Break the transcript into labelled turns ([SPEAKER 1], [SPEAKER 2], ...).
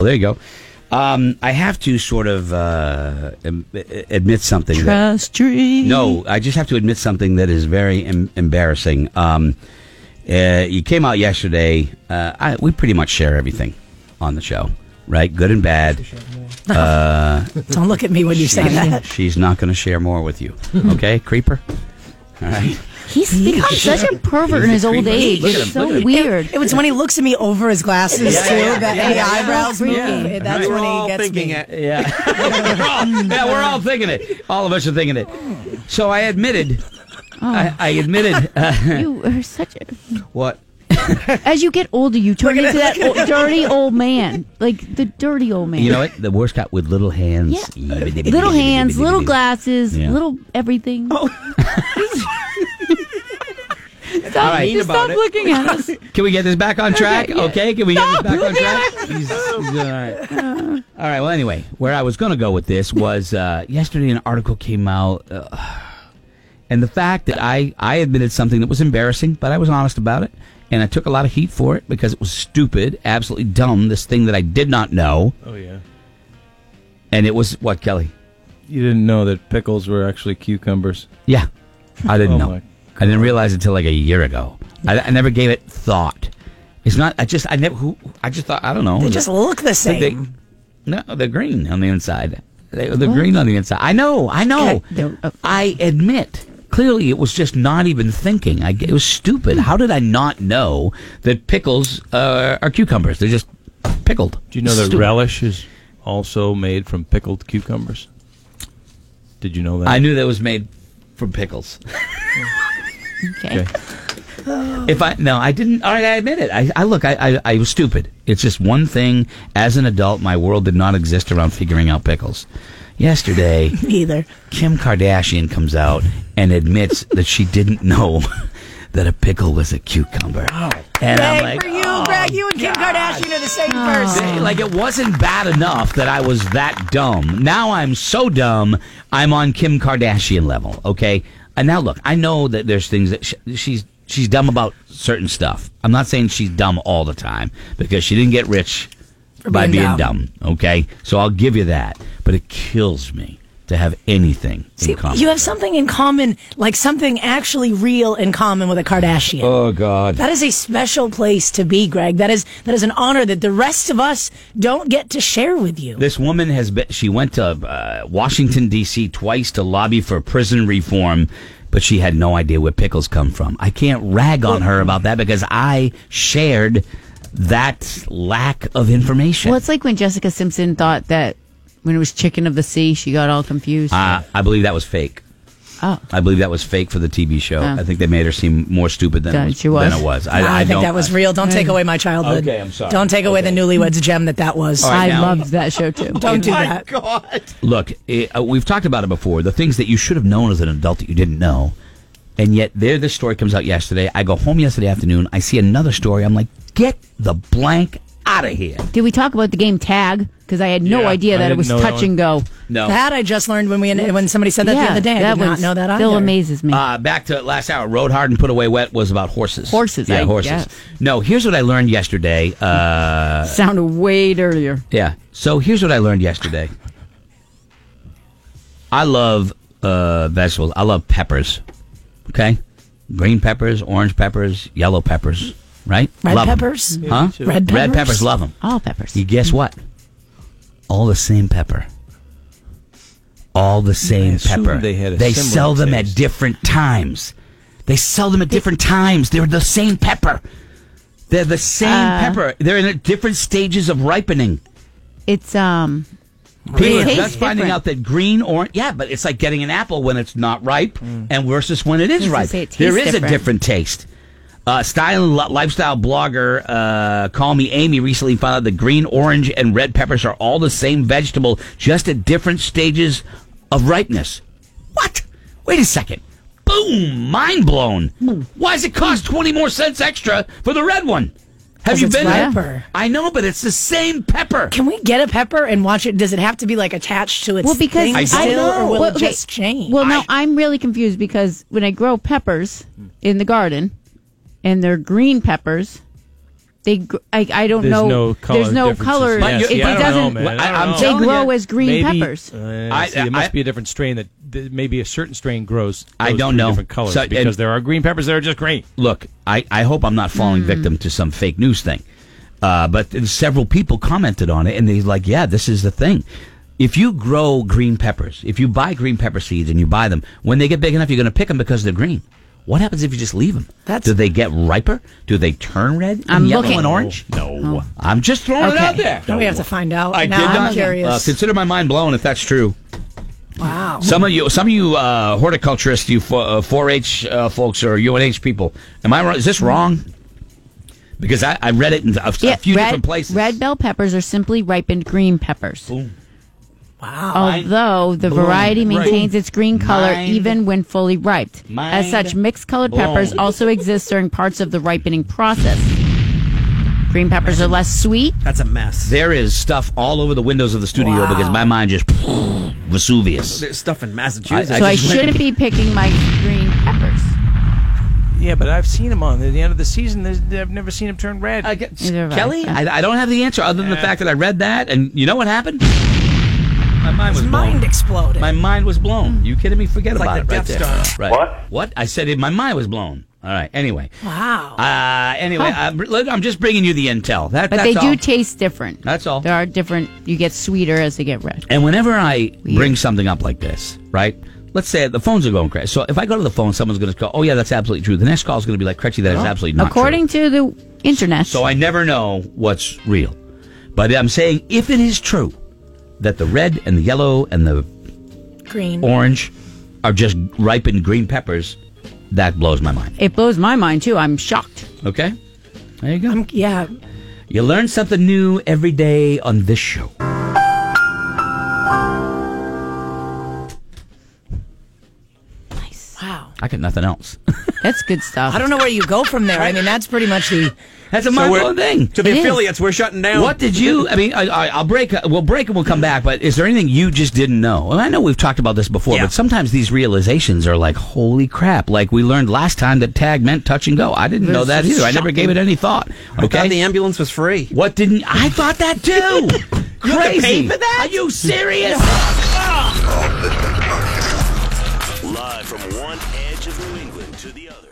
[SPEAKER 1] Well, there you go. Um, I have to sort of uh, am- admit something. that-
[SPEAKER 2] Trust tree.
[SPEAKER 1] no, I just have to admit something that is very em- embarrassing. Um, uh, you came out yesterday. Uh, I, we pretty much share everything on the show, right? Good and bad.
[SPEAKER 2] Don't look at me when you say that.
[SPEAKER 1] She's not going to share more with you. Okay, creeper. All right.
[SPEAKER 3] He's become such a pervert in his old age.
[SPEAKER 1] Look at him,
[SPEAKER 3] It's so
[SPEAKER 1] look at him.
[SPEAKER 3] weird.
[SPEAKER 2] It was when he looks at me over his glasses too. that the eyebrows move.
[SPEAKER 3] Yeah.
[SPEAKER 2] That's when he gets me.
[SPEAKER 1] Yeah. we're all, yeah, we're all thinking it. All of us are thinking it. So I admitted.
[SPEAKER 2] Oh.
[SPEAKER 1] I, I admitted uh,
[SPEAKER 3] You are such a.
[SPEAKER 1] what.
[SPEAKER 3] As you get older, you turn
[SPEAKER 2] Look at
[SPEAKER 3] into
[SPEAKER 2] it,
[SPEAKER 3] that old, dirty old man, like the dirty old man.
[SPEAKER 1] You know what? The worst got with little hands.
[SPEAKER 3] Yeah. little hands, little glasses,
[SPEAKER 1] Yeah.
[SPEAKER 3] little everything. Oh. stop
[SPEAKER 1] right.
[SPEAKER 3] just stop
[SPEAKER 1] About it.
[SPEAKER 3] looking at us.
[SPEAKER 1] Can we get this back on track? Okay,
[SPEAKER 3] yeah.
[SPEAKER 1] can we
[SPEAKER 3] Stop.
[SPEAKER 1] get this back on track? Jesus. All right. All right. Well, anyway, where I was going to go with this was uh, yesterday an article came out, uh, and the fact that I I admitted something that was embarrassing, but I was honest about it, and I took a lot of heat for it because it was stupid, absolutely dumb. This thing that I did not know,
[SPEAKER 4] Oh yeah.
[SPEAKER 1] and it was what Kelly?
[SPEAKER 4] You didn't know that pickles were actually cucumbers.
[SPEAKER 1] Yeah, I didn't
[SPEAKER 4] Oh,
[SPEAKER 1] know.
[SPEAKER 4] my
[SPEAKER 1] I didn't realize until like a year ago. I, I never gave it thought. It's not. I just. I never. Who? I just thought. I don't know.
[SPEAKER 2] They just look the same.
[SPEAKER 1] They- no, they're green on the inside. They, they're green on the inside. I know. I know.
[SPEAKER 3] Okay, they're- uh,
[SPEAKER 1] I admit. Clearly, it was just not even thinking. I, g- it was stupid. How did I not know that pickles uh, are cucumbers? They're just pickled.
[SPEAKER 4] Do you know that
[SPEAKER 1] Stupid.
[SPEAKER 4] relish is also made from pickled cucumbers? Did you know that?
[SPEAKER 1] I knew that was made from pickles.
[SPEAKER 3] Okay.
[SPEAKER 4] Okay.
[SPEAKER 1] If I no, I didn't. All right, I admit it. I, I look, I, I, I was stupid. It's just one thing. As an adult, my world did not exist around figuring out pickles. Yesterday,
[SPEAKER 2] Either.
[SPEAKER 1] Kim Kardashian comes out and admits that she didn't know that a pickle was a cucumber. And
[SPEAKER 2] Bang
[SPEAKER 1] I'm like,
[SPEAKER 2] Oh. for you,
[SPEAKER 1] oh,
[SPEAKER 2] Greg. You and Kim Kardashian are the same person.
[SPEAKER 1] Hey, like it wasn't bad enough that I was that dumb. Now I'm so dumb, I'm on Kim Kardashian level. Okay, and now look, I know that there's things that sh she's she's dumb about certain stuff. I'm not saying she's dumb all the time because she didn't get rich by
[SPEAKER 2] being
[SPEAKER 1] being dumb. Okay, so I'll give you that, but it kills me to have anything
[SPEAKER 2] See,
[SPEAKER 1] in common.
[SPEAKER 2] you have something in common, like something actually real in common with a Kardashian.
[SPEAKER 1] oh God.
[SPEAKER 2] That is a special place to be, Greg. That is that is an honor that the rest of us don't get to share with you.
[SPEAKER 1] This woman has been. She went to uh, Washington D.C. twice to lobby for prison reform, but she had no idea where pickles come from. I can't rag on her about that because I shared that lack of information.
[SPEAKER 3] Well, it's like when Jessica Simpson thought that when it was chicken of the sea, she got all confused.
[SPEAKER 1] uh, I believe that was fake.
[SPEAKER 3] oh,
[SPEAKER 1] I believe that was fake for the TV show.
[SPEAKER 3] Oh.
[SPEAKER 1] I think they made her seem more stupid than,
[SPEAKER 3] Than
[SPEAKER 1] it, was,
[SPEAKER 3] she was?
[SPEAKER 1] Than it was.
[SPEAKER 2] Ah, I, think
[SPEAKER 1] don't-
[SPEAKER 2] that was real. Don't take away my childhood.
[SPEAKER 1] Okay, I'm sorry.
[SPEAKER 2] Don't take away
[SPEAKER 1] Okay.
[SPEAKER 2] the newlyweds gem that that was.
[SPEAKER 1] right,
[SPEAKER 3] I
[SPEAKER 1] now-
[SPEAKER 3] loved that show too.
[SPEAKER 2] Don't do that.
[SPEAKER 1] Look, it, uh, we've talked about it before. The things that you should have known as an adult that you didn't know, and yet there, this story comes out yesterday. I go home yesterday afternoon. I see another story. I'm like, get the blank out of here.
[SPEAKER 3] Did we talk about the game tag? Because I had no
[SPEAKER 4] Yeah,
[SPEAKER 3] idea
[SPEAKER 4] I
[SPEAKER 3] that it
[SPEAKER 4] didn't
[SPEAKER 3] was
[SPEAKER 4] know that
[SPEAKER 3] touch and go.
[SPEAKER 1] No.
[SPEAKER 2] That I just learned when we when somebody said that the other day. I did not
[SPEAKER 3] one's
[SPEAKER 2] know that either.
[SPEAKER 3] Still amazes me.
[SPEAKER 1] Uh, back to last hour. Road hard and put away wet was about horses.
[SPEAKER 3] Horses,
[SPEAKER 1] yeah,
[SPEAKER 3] I
[SPEAKER 1] horses.
[SPEAKER 3] guess.
[SPEAKER 1] No, here's what I learned yesterday. Uh,
[SPEAKER 3] Sounded way dirtier.
[SPEAKER 1] yeah. So here's what I learned yesterday. I love uh, vegetables. I love peppers. Okay, green peppers, orange peppers, yellow peppers. Right?
[SPEAKER 2] Red
[SPEAKER 1] Love 'em.
[SPEAKER 2] peppers? Yeah,
[SPEAKER 1] Huh?
[SPEAKER 2] too. Red
[SPEAKER 1] Red
[SPEAKER 2] peppers? Oh.
[SPEAKER 1] peppers. Love them.
[SPEAKER 3] All peppers.
[SPEAKER 1] You guess what? All the same pepper. All the same
[SPEAKER 4] assumed
[SPEAKER 1] pepper.
[SPEAKER 4] they had a
[SPEAKER 1] they
[SPEAKER 4] similar
[SPEAKER 1] sell them at
[SPEAKER 4] taste.
[SPEAKER 1] different times. They sell them at different times. They're the same pepper. They're the same
[SPEAKER 3] Uh,
[SPEAKER 1] pepper. They're in different stages of ripening.
[SPEAKER 3] It's um.
[SPEAKER 1] People are
[SPEAKER 3] Really?
[SPEAKER 1] just finding
[SPEAKER 3] Different.
[SPEAKER 1] out that green or yeah, but it's like getting an apple when it's not ripe and versus when it is
[SPEAKER 3] was gonna
[SPEAKER 1] ripe.
[SPEAKER 3] Mm. say, it tastes
[SPEAKER 1] there is a
[SPEAKER 3] different.
[SPEAKER 1] different taste. Uh, style and li- lifestyle blogger, uh, call me Amy, recently found out that green, orange, and red peppers are all the same vegetable, just at different stages of ripeness. What? Wait a second. Boom! Mind blown.
[SPEAKER 3] Hmm.
[SPEAKER 1] Why does it cost twenty more cents extra for the red one? Have
[SPEAKER 2] 'Cause
[SPEAKER 1] you
[SPEAKER 2] it's
[SPEAKER 1] been
[SPEAKER 2] riper.
[SPEAKER 1] I know, but it's the same pepper.
[SPEAKER 2] Can we get a pepper and watch it? Does it have to be like attached to its
[SPEAKER 3] Well, because
[SPEAKER 2] thing
[SPEAKER 1] I
[SPEAKER 2] still,
[SPEAKER 1] know.
[SPEAKER 2] or will
[SPEAKER 3] well,
[SPEAKER 2] it
[SPEAKER 3] okay.
[SPEAKER 2] just change?
[SPEAKER 3] Well, no,
[SPEAKER 1] I-
[SPEAKER 3] I'm really confused because
[SPEAKER 1] Hmm.
[SPEAKER 3] when I grow peppers in the garden, and they're green peppers, They, gr- I, I don't
[SPEAKER 4] There's
[SPEAKER 3] know.
[SPEAKER 4] no color.
[SPEAKER 3] there's no
[SPEAKER 4] differences.
[SPEAKER 3] color.
[SPEAKER 1] But
[SPEAKER 3] it,
[SPEAKER 1] you-
[SPEAKER 3] it
[SPEAKER 1] yeah, I don't know,
[SPEAKER 3] doesn't.
[SPEAKER 1] man. I- I'm
[SPEAKER 3] they
[SPEAKER 1] telling
[SPEAKER 3] grow
[SPEAKER 1] you,
[SPEAKER 3] as green
[SPEAKER 4] Maybe-
[SPEAKER 3] peppers.
[SPEAKER 4] Uh,
[SPEAKER 1] I-
[SPEAKER 4] see, it must
[SPEAKER 1] I-
[SPEAKER 4] be a different strain that th- maybe a certain strain grows.
[SPEAKER 1] I
[SPEAKER 4] grows
[SPEAKER 1] don't
[SPEAKER 4] three
[SPEAKER 1] know.
[SPEAKER 4] different colors
[SPEAKER 1] So- and-
[SPEAKER 4] because there are green peppers that are just green.
[SPEAKER 1] look, I, I hope I'm not
[SPEAKER 2] Hmm.
[SPEAKER 1] falling victim to some fake news thing. Uh, but th- several people commented on it, and they're like, yeah, this is the thing. If you grow green peppers, if you buy green pepper seeds and you buy them, when they get big enough, you're going to pick them because they're green. What happens if you just leave them?
[SPEAKER 2] That's-
[SPEAKER 1] Do they get riper? Do they turn red and
[SPEAKER 3] I'm
[SPEAKER 1] yellow
[SPEAKER 3] looking.
[SPEAKER 1] and orange? No. I'm just throwing it
[SPEAKER 3] Okay.
[SPEAKER 1] out there.
[SPEAKER 2] Now we have to find out.
[SPEAKER 1] I
[SPEAKER 2] now
[SPEAKER 1] did
[SPEAKER 2] I'm
[SPEAKER 1] not.
[SPEAKER 2] curious.
[SPEAKER 1] Uh, consider my mind blown if that's true.
[SPEAKER 2] wow.
[SPEAKER 1] Some of you, some of you uh, horticulturists, you fo- uh, 4-H uh, folks or UNH people, am I wrong? Is this wrong? Because I, I read it in a, a few
[SPEAKER 3] red,
[SPEAKER 1] different places.
[SPEAKER 3] Red bell peppers are simply ripened green peppers.
[SPEAKER 2] Wow.
[SPEAKER 3] Although the
[SPEAKER 1] blown.
[SPEAKER 3] variety maintains
[SPEAKER 1] Right.
[SPEAKER 3] its green color
[SPEAKER 1] Mind-
[SPEAKER 3] even when fully ripe. As such,
[SPEAKER 1] mind
[SPEAKER 3] mixed colored peppers
[SPEAKER 1] blown.
[SPEAKER 3] also exist during parts of the ripening process. Green peppers are less sweet.
[SPEAKER 5] That's a mess.
[SPEAKER 1] There is stuff all over the windows of the studio
[SPEAKER 2] Wow.
[SPEAKER 1] because my mind just Vesuvius.
[SPEAKER 5] There's stuff in Massachusetts.
[SPEAKER 1] I
[SPEAKER 3] So I
[SPEAKER 1] just-
[SPEAKER 3] shouldn't be picking my green peppers.
[SPEAKER 4] Yeah, but I've seen them on the, end of the season. I've never seen them turn red.
[SPEAKER 1] I get-
[SPEAKER 3] Neither have I.
[SPEAKER 1] Kelly, I, I don't have the answer other than the fact that I read that, and you know what happened? My mind was blown.
[SPEAKER 2] His mind exploded.
[SPEAKER 1] my mind was
[SPEAKER 3] Mm.
[SPEAKER 1] blown. You kidding me? Forget
[SPEAKER 5] like
[SPEAKER 1] about
[SPEAKER 5] the
[SPEAKER 1] it right
[SPEAKER 5] Death
[SPEAKER 1] there.
[SPEAKER 5] Star.
[SPEAKER 1] Right.
[SPEAKER 6] What?
[SPEAKER 1] What? I said it, my mind was blown. All right. Anyway.
[SPEAKER 2] wow.
[SPEAKER 1] Uh, anyway, I'm, I'm just bringing you the intel. That,
[SPEAKER 3] But
[SPEAKER 1] that's
[SPEAKER 3] they do
[SPEAKER 1] all.
[SPEAKER 3] taste different.
[SPEAKER 1] That's all.
[SPEAKER 3] There are different. You get sweeter as they get red.
[SPEAKER 1] and whenever I bring something up like this, right? Let's say the phones are going crazy. So if I go to the phone, someone's going to go, "Oh yeah, that's absolutely true." The next call is going to be like, "Cretchy, that is absolutely not
[SPEAKER 3] Oh. According
[SPEAKER 1] true."
[SPEAKER 3] to the internet,
[SPEAKER 1] So I never know what's real. But I'm saying if it is true that the red and the yellow and the
[SPEAKER 2] Green.
[SPEAKER 1] orange are just ripened green peppers, that blows my mind.
[SPEAKER 3] it blows my mind too. I'm shocked.
[SPEAKER 1] Okay, there you go.
[SPEAKER 2] yeah.
[SPEAKER 1] You learn something new every day on this show.
[SPEAKER 2] Wow.
[SPEAKER 1] I got nothing else.
[SPEAKER 3] That's good stuff.
[SPEAKER 2] I don't know where you go from there. I mean, that's pretty much the.
[SPEAKER 1] That's a
[SPEAKER 5] So
[SPEAKER 1] mind
[SPEAKER 5] we're-
[SPEAKER 1] blowing thing.
[SPEAKER 5] To the
[SPEAKER 3] It is.
[SPEAKER 5] affiliates, we're shutting down.
[SPEAKER 1] What did you? I mean, I, I, I'll break. We'll break and we'll come back. But is there anything you just didn't know? And I know we've talked about this before,
[SPEAKER 5] Yeah.
[SPEAKER 1] but sometimes these realizations are like, "Holy crap!" Like we learned last time that tag meant touch and go. I didn't know that either. I never gave it any thought.
[SPEAKER 5] God, the
[SPEAKER 1] Okay,
[SPEAKER 5] ambulance was free.
[SPEAKER 1] what didn't I thought that too?
[SPEAKER 5] You have to
[SPEAKER 1] Crazy.
[SPEAKER 5] pay for that?
[SPEAKER 1] Are you serious?
[SPEAKER 7] Live from one edge of New England to the other.